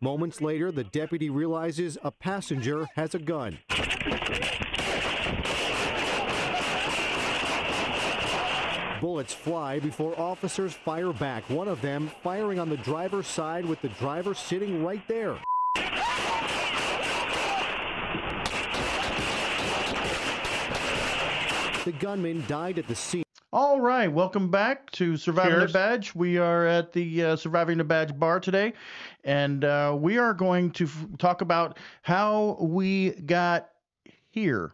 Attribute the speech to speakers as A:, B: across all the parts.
A: Moments later, the deputy realizes a passenger has a gun. Bullets fly before officers fire back, one of them firing on the driver's side with the driver sitting right there. The gunman died at the scene.
B: All right, welcome back to Surviving
C: Cheers.
B: the Badge. We are at the uh, Surviving the Badge bar today, and uh, we are going to f- talk about how we got here.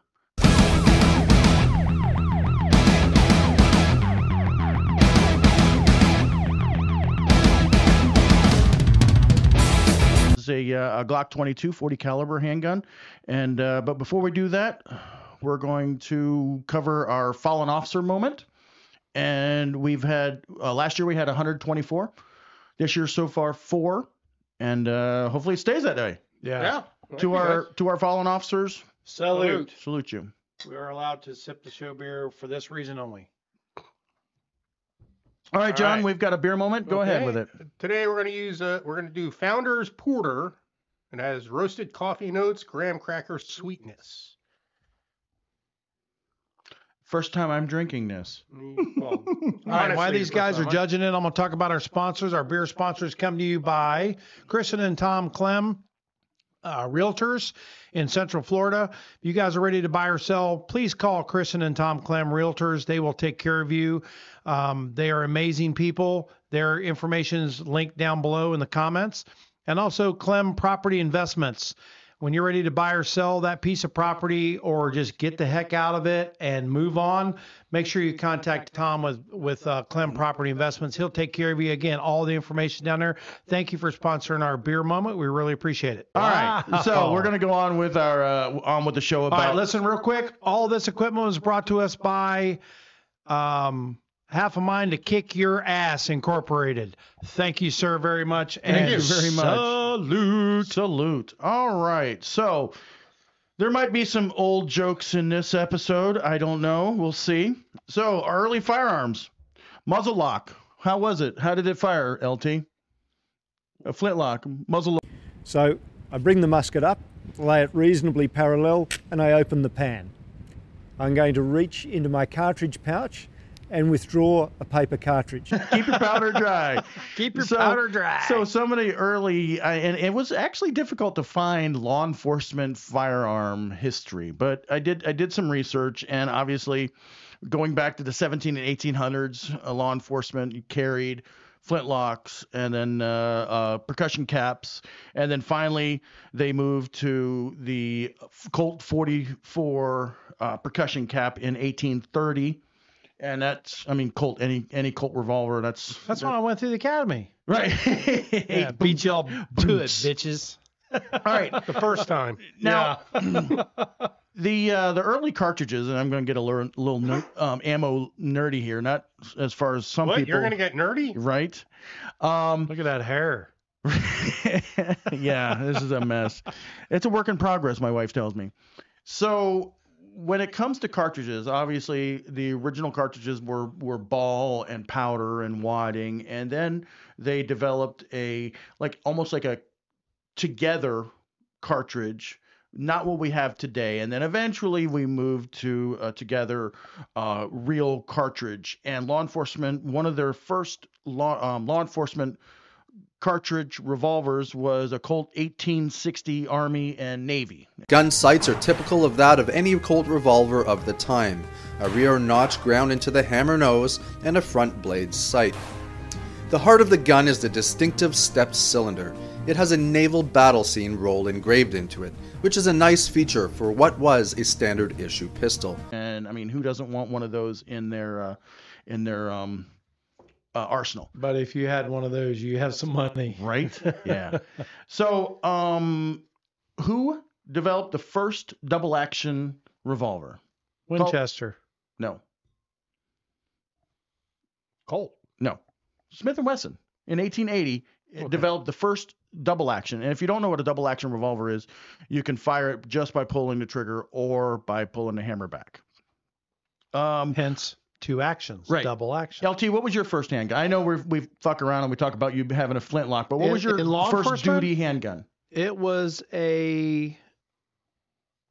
B: This is a, uh, a Glock 22 40 caliber handgun, and uh, but before we do that, we're going to cover our fallen officer moment. And we've had uh, last year we had 124. This year so far four, and uh, hopefully it stays that way.
C: Yeah.
B: to our to our fallen officers,
C: salute.
B: salute you.
C: We are allowed to sip the show beer for this reason only.
B: All right,
D: All
B: John,
D: right.
B: we've got a beer moment. Go ahead
D: Okay.
B: with it.
D: Today we're going to use uh, we're going to do Founder's Porter. It has roasted coffee notes, graham cracker sweetness.
B: First time I'm drinking this.
D: Mm, Well,
C: All right, while
D: honestly,
C: these guys are
D: Russell,
C: judging it, I'm going to talk about our sponsors. Our beer sponsors come to you by Kristen and Tom Clem, uh, Realtors in Central Florida. If you guys are ready to buy or sell, please call Kristen and Tom Clem Realtors. They will take care of you. Um, they are amazing people. Their information is linked down below in the comments. And also, Clem Property Investments. When you're ready to buy or sell that piece of property or just get the heck out of it and move on, make sure you contact Tom with, with uh, Clem Property Investments. He'll take care of you. Again, all the information down there. Thank you for sponsoring our beer moment. We really appreciate it.
B: All right, so
C: Wow.
B: we're gonna go on with our uh, on with the show
C: Ah. All right,
B: about
C: listen real quick. All this equipment was brought to us by um, Half a Mind to Kick Your Ass Incorporated. Thank you, sir, very much. and
B: you very much.
C: Salute.
B: Salute. All right. So there might be some old jokes in this episode. I don't know. We'll see. So early firearms, muzzle lock. How was it? How did it fire, LT? A flintlock, muzzle lock.
E: So I bring the musket up, lay it reasonably parallel, and I open the pan. I'm going to reach into my cartridge pouch and withdraw a paper cartridge.
B: Keep your powder dry.
C: Keep your
B: So-
C: powder dry.
B: So somebody early, I, and it was actually difficult to find law enforcement firearm history, but I did I did some research, and obviously, going back to the 17 and 1800s, uh, law enforcement carried flintlocks and then uh, uh, percussion caps, and then finally they moved to the Colt 44 uh, percussion cap in 1830. And that's, I mean, Colt, any any Colt revolver, that's
C: That's when I went through the academy.
B: Right.
C: Yeah, beat y'all to it, bitches.
B: All right.
D: the first time.
B: Now, the uh, the early cartridges, and I'm going to get a lear- little ner- um, ammo nerdy here, not as far as some
D: What?
B: people.
D: You're going to get nerdy?
B: right. Um,
C: Look at that hair.
B: yeah, this is a mess. It's a work in progress, my wife tells me. So when it comes to cartridges, obviously the original cartridges were were ball and powder and wadding, and then they developed a like almost like a together cartridge. Not what we have today, and then eventually we moved to uh, together uh, real cartridge. And law enforcement, one of their first law um, law enforcement cartridge revolvers was a Colt 1860 Army and Navy.
F: Gun sights are typical of that of any Colt revolver of the time a rear notch ground into the hammer nose and a front blade sight. The heart of the gun is the distinctive stepped cylinder. It has a naval battle scene roll engraved into it, which is a nice feature for what was a standard issue pistol.
B: And I mean, who doesn't want one of those in their uh, in their um, uh, arsenal?
C: But if you had one of those, you have some money.
B: Right? yeah. So, um, who developed the first double action revolver?
C: Winchester.
B: No,
C: Colt.
B: no. Smith and Wesson in 1880 it developed the first double action. And if you don't know what a double action revolver is, you can fire it just by pulling the trigger or by pulling the hammer back. Um,
C: Hence, two actions,
B: Right.
C: double action.
B: LT, what was your first handgun? I know we we fuck around and we talk about you having a flintlock, but what
C: In-
B: was your
C: in law
B: first
C: enforcement?
B: duty handgun?
C: It was a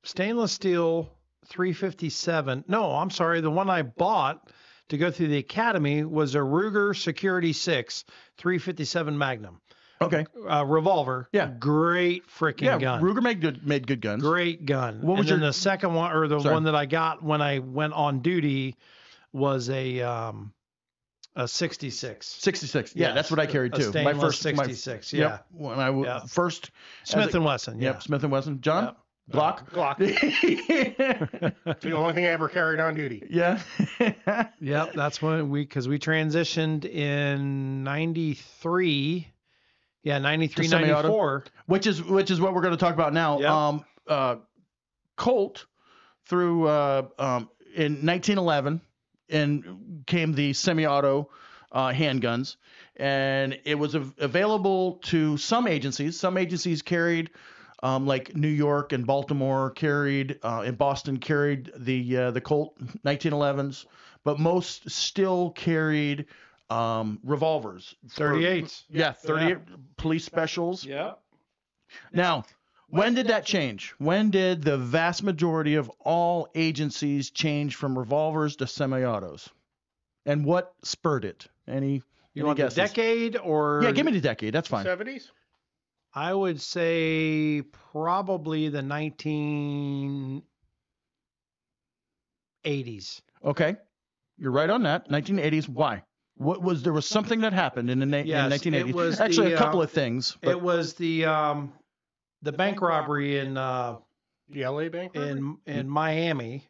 C: stainless steel 357. No, I'm sorry. The one I bought to go through the academy was a Ruger Security 6 357 Magnum
B: Okay.
C: uh, revolver.
B: Yeah.
C: Great freaking
B: Yeah,
C: gun.
B: Ruger made good made good guns.
C: Great gun.
B: What
C: and
B: was
C: then
B: your-
C: the second one or the
B: Sorry.
C: one that I got when I went on duty was a um a 66
B: Sixty six. Yeah,
C: Yes,
B: that's what I carried
C: a
B: too.
C: stainless
B: my-
C: 66, yeah.
B: Yep. When I w-
C: Yeah.
B: first. as
C: Smith
B: a-
C: and Wesson.
B: Yep. Smith and Wesson. John.
C: Yep.
B: Glock.
D: Glock. It's the only thing I ever carried on duty.
B: yeah.
C: Yeah. Yep, that's when we cuz we transitioned in 93 yeah, 93
B: To semi-auto?
C: 94.
B: which is which is what we're going to talk about now.
C: Yep.
B: Um, uh, Colt through uh, um, in 1911 and came the semi-auto uh, handguns, and it was av- available to some agencies. Some agencies carried. Um, like New York and Baltimore carried, uh, and Boston carried the uh, the Colt 1911s, but most still carried um, revolvers. for-
C: 38.
B: yeah, 38 police specials.
C: Yep.
B: Now, when did that change? When did the vast majority of all agencies change from revolvers to semi-autos? And what spurred it? Any
C: You
B: any
C: want
B: guesses?
C: the decade or
B: Yeah, give me the decade. That's fine.
D: 70s?
C: I would say probably the 1980s.
B: Okay, you're right on that. 1980s. Why? What was there was something that happened in the na-
C: Yes, it
B: in 1980s?
C: was the,
B: Actually, a couple
C: uh,
B: of things. But
C: it was the um the bank robbery in uh
D: The LA bank? robbery?
C: in
B: Mm-hmm.
C: in Miami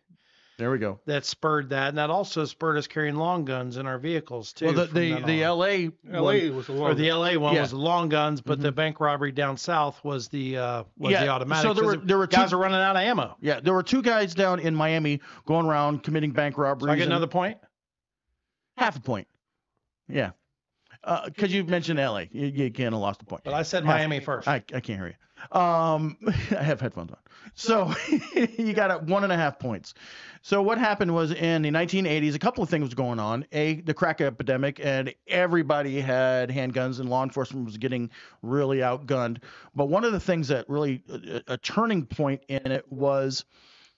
B: there we go.
C: that spurred that, and that also spurred us carrying long guns in our vehicles too.
B: Well, the
C: from
B: the,
C: then
B: the
C: on.
B: LA one-
D: LA was the
C: or
D: one.
C: the LA one
B: Yeah. Mm-hmm.
C: was the long guns, but the bank robbery down south was the uh was
B: Yeah,
C: the automatic.
B: so there
C: 'cause
B: were- there were two-
C: guys are running out of ammo.
B: Yeah, there were two guys down in Miami going around committing bank robberies.
C: Do I get
B: and-
C: another point?
B: half a point. Yeah, because you mentioned LA, you, you kind of lost a point.
C: But I said
B: Half-
C: Miami first.
B: I, I can't hear you. Um, I have headphones on. So you got a one and a half points. So what happened was in the 1980s, a couple of things was going on. A, the crack epidemic, and everybody had handguns, and law enforcement was getting really outgunned. But one of the things that really a, a turning point in it was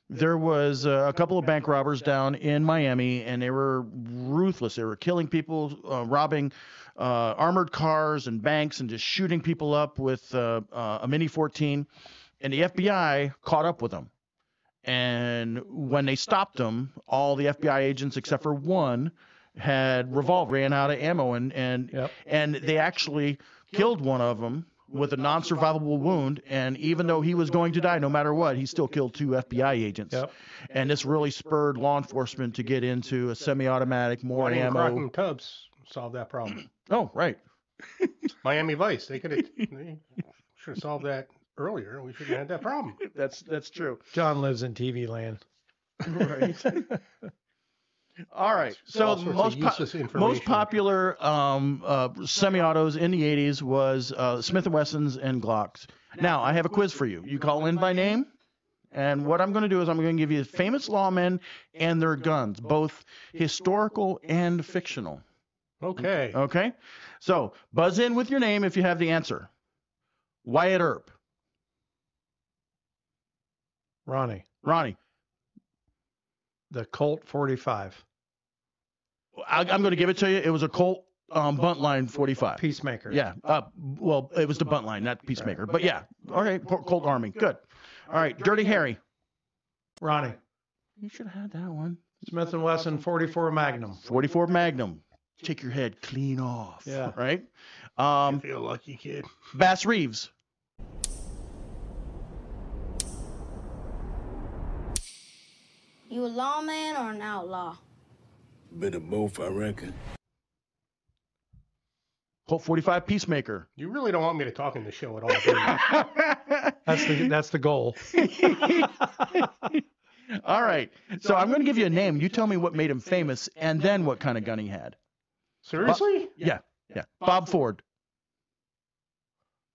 B: there was uh, a couple of bank robbers down in Miami, and they were ruthless. They were killing people, uh, robbing uh, armored cars and banks, and just shooting people up with uh, uh, a Mini 14. And the FBI caught up with them. And when they stopped them, all the FBI agents except for one had revolver ran out of ammo, and and
C: Yep.
B: and they actually killed one of them with a non-survivable wound. And even though he was going to die, no matter what, he still killed two FBI agents.
C: Yep.
B: And this really spurred law enforcement to get into a semi-automatic, more
D: Why didn't
B: ammo.
D: Crockett and Tubbs solve that problem?
B: Oh, right.
D: Miami Vice, they could have they should have solved that earlier. We shouldn't have had that problem.
B: That's that's true.
C: John lives in TV land.
B: Right. All right. So
D: All
B: the
D: sorts of
B: most po-
D: useless information.
B: most popular um, uh, semi-autos in the 80s was uh, Smith & Wessons and Glocks. Now, I have a quiz for you. You call in by name, and what I'm going to do is I'm going to give you famous lawmen and their guns, both historical and fictional.
D: Okay.
B: Okay? So, buzz in with your name if you have the answer. Wyatt Earp,
C: Ronnie,
B: Ronnie.
C: the Colt 45,
B: I, I'm going to give it to you. It was a Colt um, bunt line 45.
C: Peacemaker.
B: Yeah. Uh, well, it was the bunt line, not Peacemaker. But yeah. All right. Col- Colt Army. Good. All right. Dirty Harry.
C: Ronnie,
B: You should have had that one.
C: Smith and Wesson 44 Magnum.
B: 44 Magnum. Take your head clean off.
C: Yeah.
B: Right?
D: I
B: Um,
D: feel lucky, kid.
B: Bass Reeves.
G: You a lawman or an outlaw?
H: Bit of both, I reckon.
B: Colt 45 Peacemaker.
D: You really don't want me to talk in the show at all. do you?
C: That's the that's the goal.
B: All right. So I'm going to give you a name. You tell me what made him famous and then what kind of gun he had.
D: Seriously?
B: Yeah. Yeah. Bob Ford.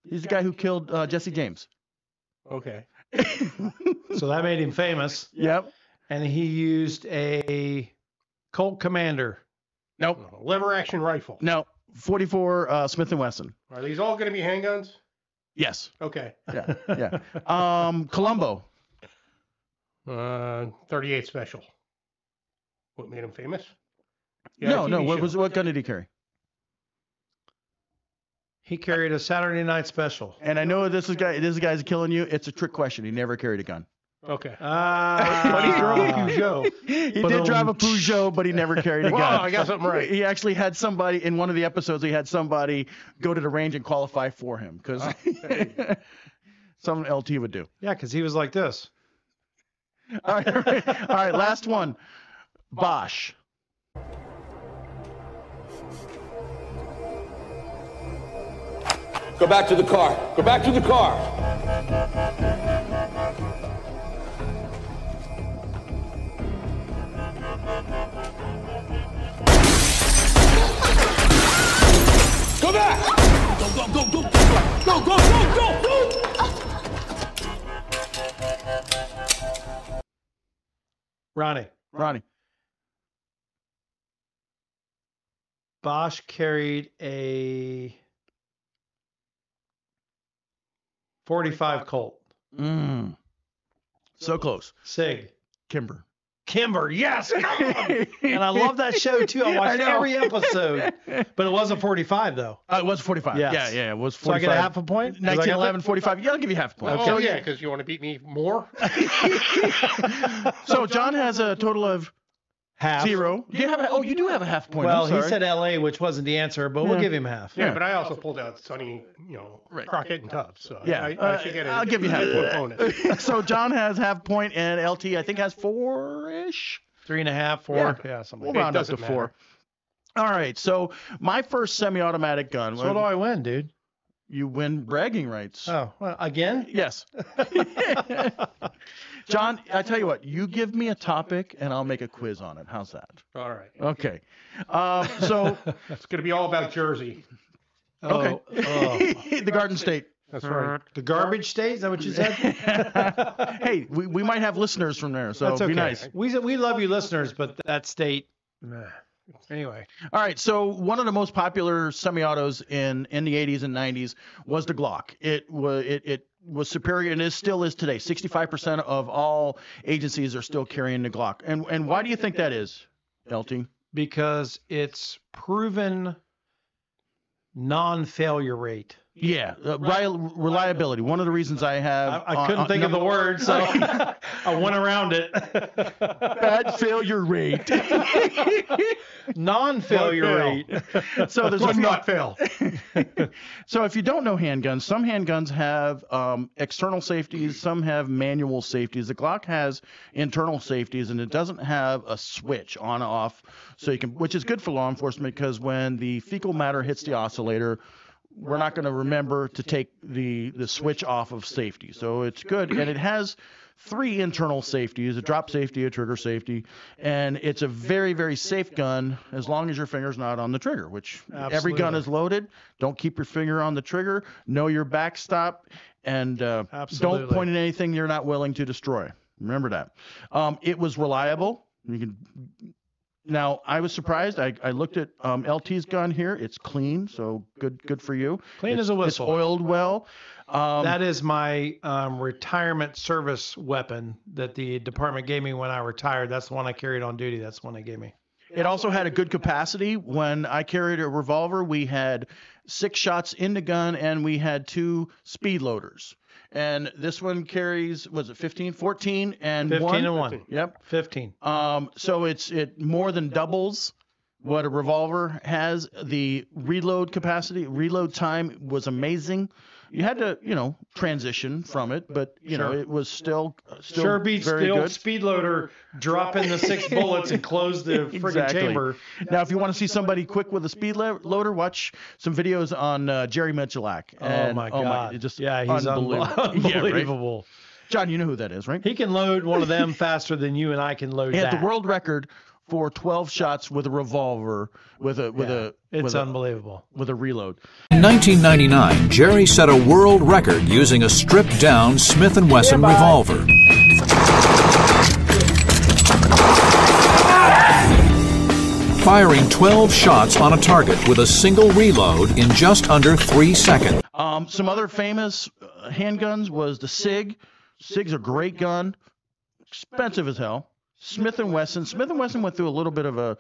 B: He's the guy who killed uh, Jesse James.
D: Okay.
C: So that made him famous,
B: Yep.
C: and he used a Colt Commander.
B: Nope.
D: Lever action rifle.
B: No. 44 uh, Smith and Wesson.
D: Are these all going to be handguns?
B: Yes.
D: Okay.
B: Yeah. Yeah. um, Columbo.
D: Uh, 38 special. What made him famous? He had a
B: no, no.
D: TV
B: What
D: show.
B: was what gun did he carry?
C: He carried a Saturday night special.
B: And I know this is guy. This guy's killing you. It's a trick question. He never carried a gun.
D: Okay.
C: Ah,
D: But he drove a Peugeot.
B: He um,
C: Ba-dum.
B: did drive a Peugeot, but he never carried a
D: Whoa,
B: gun.
D: I got something right.
B: He actually had somebody in one of the episodes. He had somebody go to the range and qualify for him because some LT would do.
C: Yeah, because he was like this.
B: All right, all right, all right, last one. Bosch.
I: Go back to the car. Go back to the car. Go back. Go go go go go go go go go.
C: Ronnie,
B: Ronnie.
C: Bosch carried a 45 Colt.
B: Mm. So close.
C: Sig.
B: Kimber.
C: Kimber, yes. and I love that show too. I watched
B: know.
C: every episode, but it wasn't 45 though.
B: Uh, it was 45.
C: Yes.
B: Yeah, yeah, it was
C: So I
B: 45.
C: get a half a point. 'Cause I got
B: 1911, 45. Yeah, I'll give you half a point.
D: Oh, yeah, because you want to beat me more?
B: So John has a total of
C: half.
B: zero. Do you have a, oh, you do have a half point.
C: Well,
B: I'm
C: he
B: sorry.
C: said LA, which wasn't the answer, but we'll
B: Yeah.
C: give him half.
D: Yeah, but I also pulled out Sonny, you know,
B: Right.
D: Crockett and Tubbs. So
B: Yeah,
D: I, I
B: uh,
D: should get a,
B: I'll give you half
D: a
B: point.
D: bonus.
B: so John has half point and LT I think has four ish.
C: Three and a half, four.
B: Yeah.
C: Yeah, something
B: We'll
C: like that.
B: round up
D: doesn't
B: to four. All right. So my first semi-automatic gun.
C: So what do I win, dude?
B: you win bragging rights.
C: Oh, well, again?
B: Yes. John, I tell you what, you give me a topic and I'll make a quiz on it. How's that?
D: All right.
B: Okay. Um, so
D: It's going to be all about Jersey.
B: okay,
C: Oh,
B: the Garden State.
D: That's right.
C: the garbage state? Is that what you said?
B: hey, we, we might have listeners from there, so
C: That's okay.
B: be nice.
C: We we love you listeners, but that state. meh. Anyway,
B: All right, so one of the most popular semi-autos in in the 80s and 90s was the Glock. It was it it was superior and it still is today. 65% of all agencies are still carrying the Glock. And and why do you think that is, LT?
C: because it's proven non-failure rate.
B: Yeah, uh, reli- reliability. One of the reasons I have uh,
C: I, I
B: on-
C: couldn't
B: on
C: think of the
B: number-
C: word, so I went around it.
B: bad failure rate.
C: non-failure rate.
B: so there's
D: Let's
B: a-
D: not fail.
B: so if you don't know handguns, some handguns have um, external safeties, some have manual safeties. The Glock has internal safeties, and it doesn't have a switch on off, so you can, which is good for law enforcement because when the fecal matter hits the oscillator. We're not going to remember to take the the switch off of safety, so it's good, and it has three internal safeties: a drop safety, a trigger safety, and it's a very very safe gun as long as your finger's not on the trigger. Which every gun
C: Absolutely.
B: is loaded. Don't keep your finger on the trigger. Know your backstop, and uh,
C: Absolutely.
B: don't point at anything you're not willing to destroy. Remember that. Um, it was reliable. You can. Now I was surprised. I, I looked at um, LT's gun here. It's clean, so good good for you.
C: Clean
B: It's-
C: as a whistle.
B: It's oiled well. Um,
C: That is my um, retirement service weapon that the department gave me when I retired. That's the one I carried on duty. That's the one they gave me.
B: It also had a good capacity. When I carried a revolver, we had six shots in the gun and we had two speed loaders. And this one carries, was it 15, 14 and
C: 15
B: one?
C: and one.
B: Yep.
C: 15.
B: Um, so it's it more than doubles what a revolver has. The reload capacity, reload time was amazing. You had to, you know, transition from it, but you know,
C: Sure.
B: it was still uh, still
C: Sure beats
B: very
C: the old
B: good.
C: speed loader, drop in the six bullets and close the friggin'
B: Exactly.
C: chamber.
B: Now, if you want to see somebody quick with a speed lo- loader, watch some videos on uh, Jerry Michalak.
C: oh
B: And-
C: my god!
B: it just
C: yeah, he's unbelievable.
B: unbelievable. Yeah, right?
C: unbelievable.
B: John, you know who that is, right?
C: He can load one of them faster than you and I can load
B: He had
C: that.
B: the world record for 12 shots with a revolver with a with a
C: it's
B: with a,
C: unbelievable.
B: with a reload.
J: In 1999, Jerry set a world record using a stripped-down Smith & Wesson revolver. firing 12 shots on a target with a single reload in just under three seconds.
B: Um, some other famous uh, handguns was the Sig. Sig's a great gun, expensive as hell. Smith and Wesson. Smith and Wesson went through a little bit of a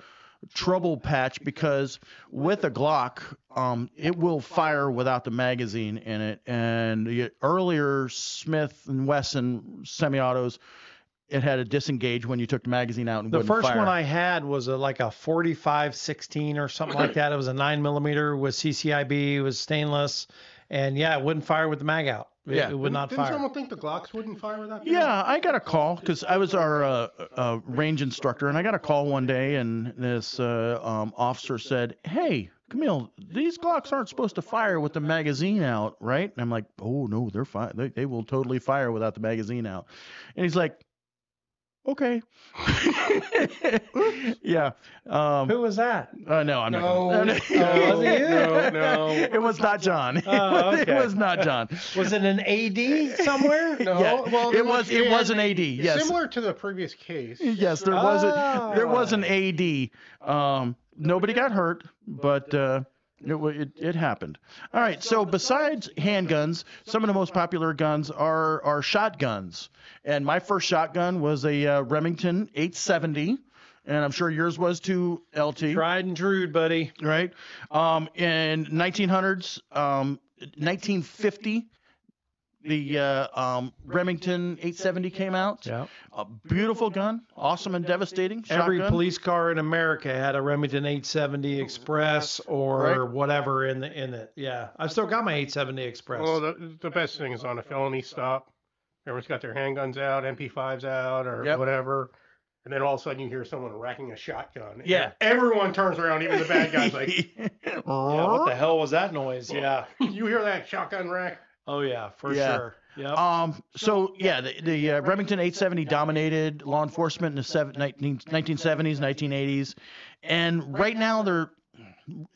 B: trouble patch because with a Glock, um, it will fire without the magazine in it. And the earlier Smith and Wesson semi-autos, it had a disengage when you took the magazine out and
C: The
B: wouldn't
C: first
B: fire.
C: one I had was a, like a 45 16 or something like that. It was a 9 millimeter with CCIB, it was stainless. And yeah, it wouldn't fire with the mag out. It,
B: Yeah.
C: it would not
D: Didn't
C: fire.
D: someone think the Glocks wouldn't fire without? the-
B: Yeah, I got a call because I was our uh, uh, range instructor, and I got a call one day, and this uh, um, officer said, "Hey, Camille, these Glocks aren't supposed to fire with the magazine out, right?" And I'm like, "Oh no, they're fine. They, they will totally fire without the magazine out." And he's like, "Okay, yeah, um,
C: Who was that?
B: uh, no, I'm not."
D: No, no,
B: gonna-
D: no, no.
B: It was not John.
C: Oh,
B: It
C: okay.
B: was not John.
C: Was it an AD somewhere?
D: No,
B: Yeah,
D: well,
B: it
D: then
B: was
D: what
B: it
D: you
B: was
D: had-
B: an AD. Yes,
D: Similar to the previous case.
B: yes, there was a there was an AD. Um, nobody got hurt, but uh, it, wa- it it happened. All right. So besides handguns, some of the most popular guns are are shotguns. And my first shotgun was a uh, Remington 870, and I'm sure yours was too, LT
C: Tried and true, buddy.
B: right? Um, in 1900s, um, 1950, the uh, um, Remington 870 came out.
C: Yeah.
B: A beautiful gun, awesome and devastating. Shotgun.
C: Every police car in America had a Remington 870 Express or
B: Right.
C: whatever in the in it. Yeah, I've still got my 870 Express.
D: Well, the, the best thing is on a felony stop. Everyone's got their handguns out, MP5s out, or
B: Yep.
D: whatever. And then all of a sudden you hear someone racking a shotgun. and
B: Yeah.
D: Everyone turns around, even the bad guys. Like,
C: yeah, what the hell was that noise? Yeah.
D: you hear that shotgun rack?
C: Oh yeah, for
B: Yeah.
C: sure. Yep.
B: Um, so yeah, the, the uh, Remington 870 dominated law enforcement in the seven, 19, 1970s, 1980s, and right now they're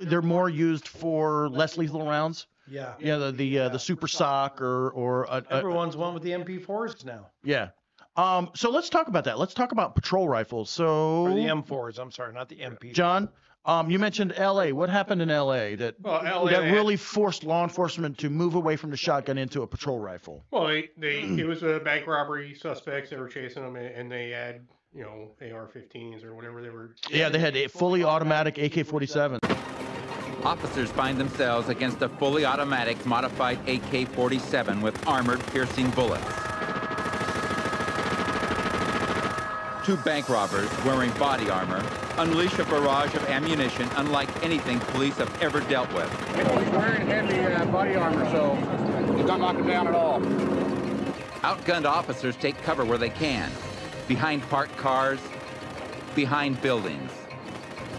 B: they're more used for less lethal rounds.
C: yeah.
B: Yeah, the the, uh, the super sock or or a, a,
C: Everyone's one with the MP4s now.
B: Yeah. Um, so let's talk about that. Let's talk about patrol rifles. So,
C: Or the M4s, I'm sorry, not the MP.
B: John, um, you mentioned L.A. What happened in L.A. that
D: Well, LA
B: that really forced law enforcement to move away from the shotgun into a patrol rifle?
D: Well, they, they
B: Hmm.
D: it was a bank robbery suspects. They were chasing them, and, and they had you know AR-15s or whatever they were.
B: Yeah, they had a fully automatic AK-47.
K: Officers find themselves against a fully automatic modified AK-47 with armored piercing bullets. Two bank robbers wearing body armor unleash a barrage of ammunition unlike anything police have ever dealt with.
I: wearing heavy uh, body armor, so you don't knock him down at all.
K: Outgunned officers take cover where they can, behind parked cars, behind buildings.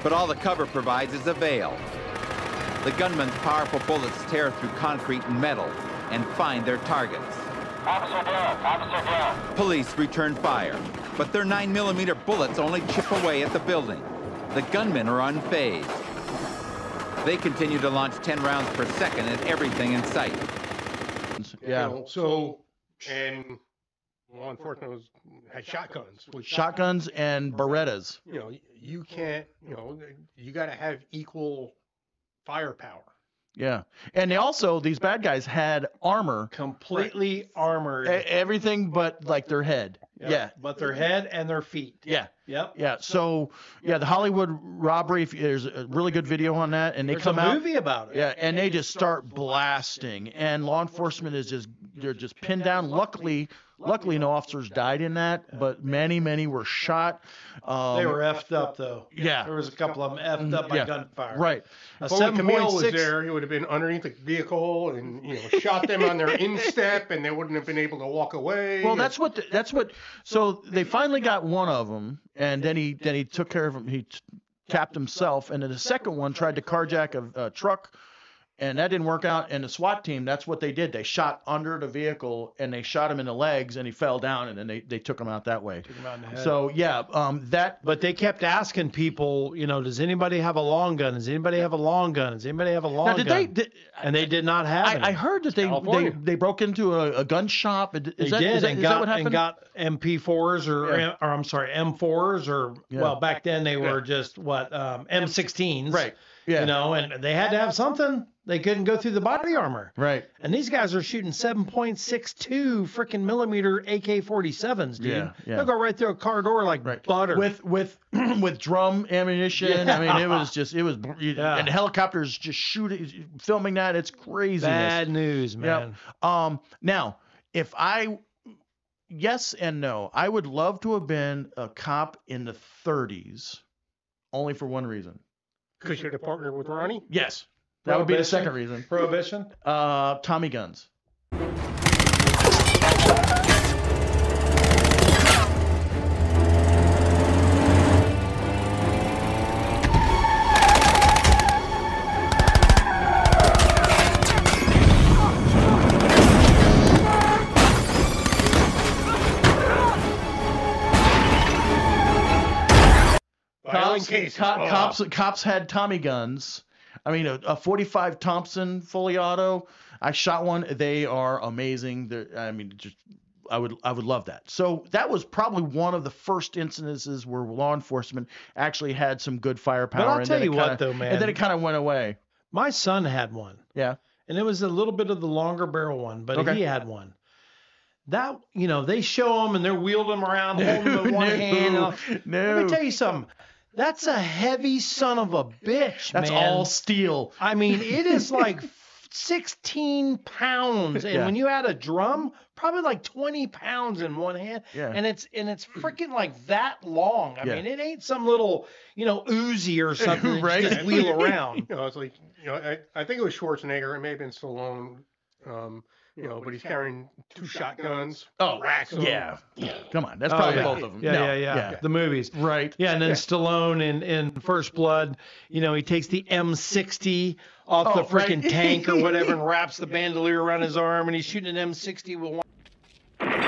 K: But all the cover provides is a veil. The gunman's powerful bullets tear through concrete and metal and find their targets.
I: Officer down, officer down.
K: Police return fire, but their 9mm bullets only chip away at the building. The gunmen are unfazed. They continue to launch 10 rounds per second at everything in sight.
B: Yeah.
D: You know, so and law enforcement was had shotguns. Which
B: Shotguns and Berettas.
D: you know you can't you know you got to have equal firepower.
B: Yeah. And they also these bad guys had armor,
C: Completely armored.
B: e- everything but like their head.
C: Yep.
B: Yeah.
C: But their head and their feet.
B: Yeah.
C: Yep.
B: Yeah. So yeah, the Hollywood robbery. If there's a really good video on that, and they
C: There's
B: come
C: a
B: out.
C: movie about it.
B: Yeah, and they just start blasting, and law enforcement is just they're just pinned down. Luckily, luckily no officers died in that, but many many were shot. Um,
C: They were effed up though.
B: Yeah.
C: There was a couple of them effed up by
B: Yeah.
C: gunfire.
B: right.
C: A
D: If only Camille was
C: 7.6
D: there, he would have been underneath the vehicle and you know shot them on their instep, and they wouldn't have been able to walk away.
B: Well, that's what the, that's what. So they finally got one of them, and then he then he took care of him. He t- tapped himself, and then the second one tried to carjack a, a truck, and that didn't work out. And the SWAT team, that's what they did. They shot under the vehicle and they shot him in the legs, and he fell down, and then they, they took him out that way.
C: him out in the head.
B: So yeah, um, that
C: But they kept asking people, you know, does anybody have a long gun? Does anybody have a long gun? Does anybody have a long
B: now did
C: gun?
B: they? Did,
C: and they did not have any.
B: I, I heard that they they,
C: California.
B: they broke into a, a gun shop. Is
C: they
B: that,
C: did
B: is that,
C: and,
B: is
C: got,
B: that what happened?
C: and got MP4s or,
B: Yeah.
C: or I'm sorry, M4s or
B: Yeah.
C: well back then they were just what um, M16s,
B: Right. Yeah.
C: You know, and they had to have something. They couldn't go through the body armor.
B: right.
C: And these guys are shooting 7.62 freaking millimeter AK-47s, dude.
B: Yeah, yeah.
C: They'll go right through a car door like butter.
B: with with with drum ammunition. I mean, it was just it was you-
C: Yeah.
B: and helicopters just shooting, filming that. It's craziness.
C: bad news,
B: Yep.
C: man.
B: Um. Now, if I, yes and no, I would love to have been a cop in the 30s, only for one reason.
D: Because you're the partner with Ronnie.
B: Yes, that would be the
C: Prohibition?
B: second reason.
C: Prohibition.
B: Uh, Tommy guns.
D: Violent
B: Cops,
D: case.
B: co-
D: Oh.
B: cops, cops had Tommy guns. I mean, a, a 45 Thompson fully auto. I shot one. They are amazing. They're, I mean, just I would I would love that. So that was probably one of the first incidences where law enforcement actually had some good firepower.
C: But I'll
B: and
C: tell
B: then it
C: you what,
B: kinda-
C: though, man.
B: And then it kind of went away.
C: My son had one.
B: Yeah.
C: And it was a little bit of the longer barrel one, but
B: Okay.
C: he had one. That you know, they show them and they're wheeling them around, holding them with one
B: no,
C: hand. and all-
B: no.
C: Let me tell you something. That's a heavy son of a bitch,
B: That's
C: man.
B: all steel.
C: I mean, it is like 16 pounds, and
B: Yeah.
C: when you add a drum, probably like 20 pounds in one hand.
B: Yeah.
C: And it's and it's freaking like that long. I
B: Yeah.
C: mean, it ain't some little you know Uzi or something that you
B: Right.
C: just wheel around.
D: You know, it's like you know, I, I think it was Schwarzenegger. It may have been Stallone. Um, you know, but he's carrying two shotguns.
B: Oh,
D: racks. of them.
B: yeah. Come on, that's
C: Oh,
B: probably
C: yeah.
B: both of them.
C: Yeah,
B: No,
C: yeah, yeah,
B: yeah.
C: The movies.
B: Right.
C: Yeah, and then Stallone in, in First Blood, you know, he takes the M60 off the
B: Oh, right.
C: freaking tank or whatever and wraps the bandolier around his arm and he's shooting an M60 with one.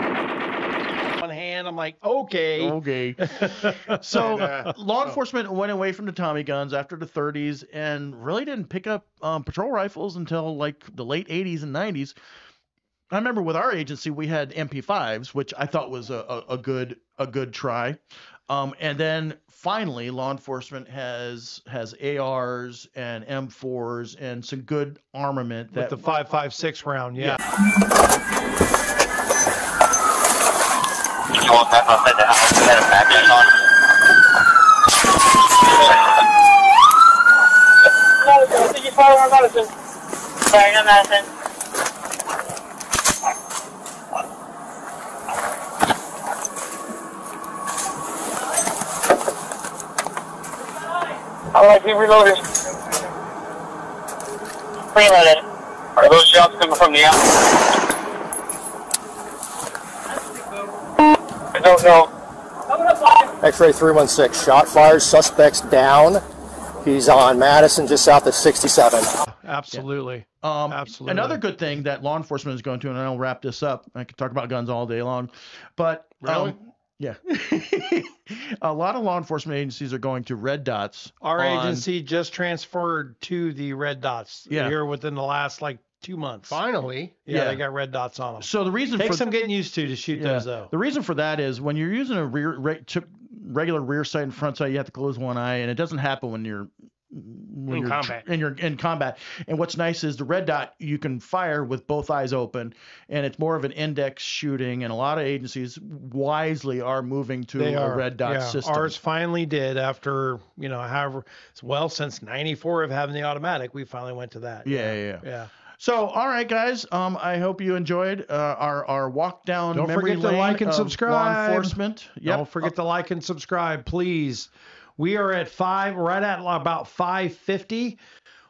C: one hand. I'm like, okay.
B: Okay. So
D: And, uh,
B: law enforcement went away from the Tommy guns after the 30s and really didn't pick up um, patrol rifles until like the late 80s and 90s. I remember with our agency we had MP5s, which I thought was a, a, a good a good try. Um, and then finally, law enforcement has has ARs and M4s and some good armament
C: With
B: that
C: the 556 round, yeah.
L: All right, keep reloaded. Preloaded. Are those shots coming from the out? I don't know.
M: X-ray 316, shot fired, suspects down. He's on Madison, just south of 67.
C: Absolutely.
B: Um,
C: Absolutely.
B: Another good thing that law enforcement is going to, and I'll wrap this up. I could talk about guns all day long, but
D: Really?
B: um, yeah, a lot of law enforcement agencies are going to red dots.
C: Our
B: on-
C: agency just transferred to the red dots
B: Yeah.
C: here within the last like two months.
D: Finally,
C: Yeah,
B: Yeah.
C: they got red dots on them.
B: So the reason
C: Takes
B: for
C: some getting used to to shoot
B: yeah,
C: those though.
B: the reason for that is when you're using a rear re, typ- regular rear sight and front sight, you have to close one eye, and it doesn't happen when you're when
D: In
B: you're
D: combat.
B: and you're in combat. And what's nice is the red dot you can fire with both eyes open, and it's more of an index shooting. And a lot of agencies wisely are moving to
C: They
B: a
C: are.
B: red dot
C: yeah.
B: system.
C: Ours finally did after you know however well since '94 of having the automatic, we finally went to that.
B: yeah, yeah, yeah.
C: Yeah.
B: So, all right, guys. Um, I hope you enjoyed uh, our our walk down
C: Don't
B: memory
C: forget to
B: lane
C: like and
B: of Law
C: subscribe.
B: enforcement. Yep.
C: Don't forget to like and subscribe, please. We are at five, right at about 550.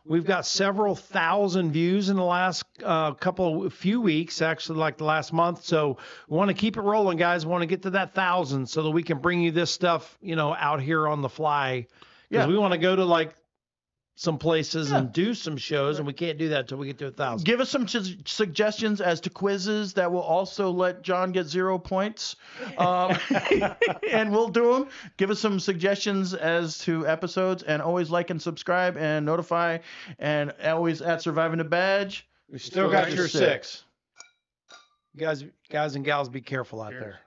C: We've got several thousand views in the last uh, couple, few weeks, actually, like the last month. So we want to keep it rolling, guys. We want to get to that thousand so that we can bring you this stuff, you know, out here on the fly. Because
B: Yeah.
C: we want to go to like some places and do some shows, and we can't do that until we get to a thousand.
B: Give us some sus- suggestions as to quizzes that will also let John get zero points, um, and we'll do them. Give us some suggestions as to episodes, and always like and subscribe and notify, and always at surviving the badge.
C: We still got your six. Guys, guys and gals, be careful out there.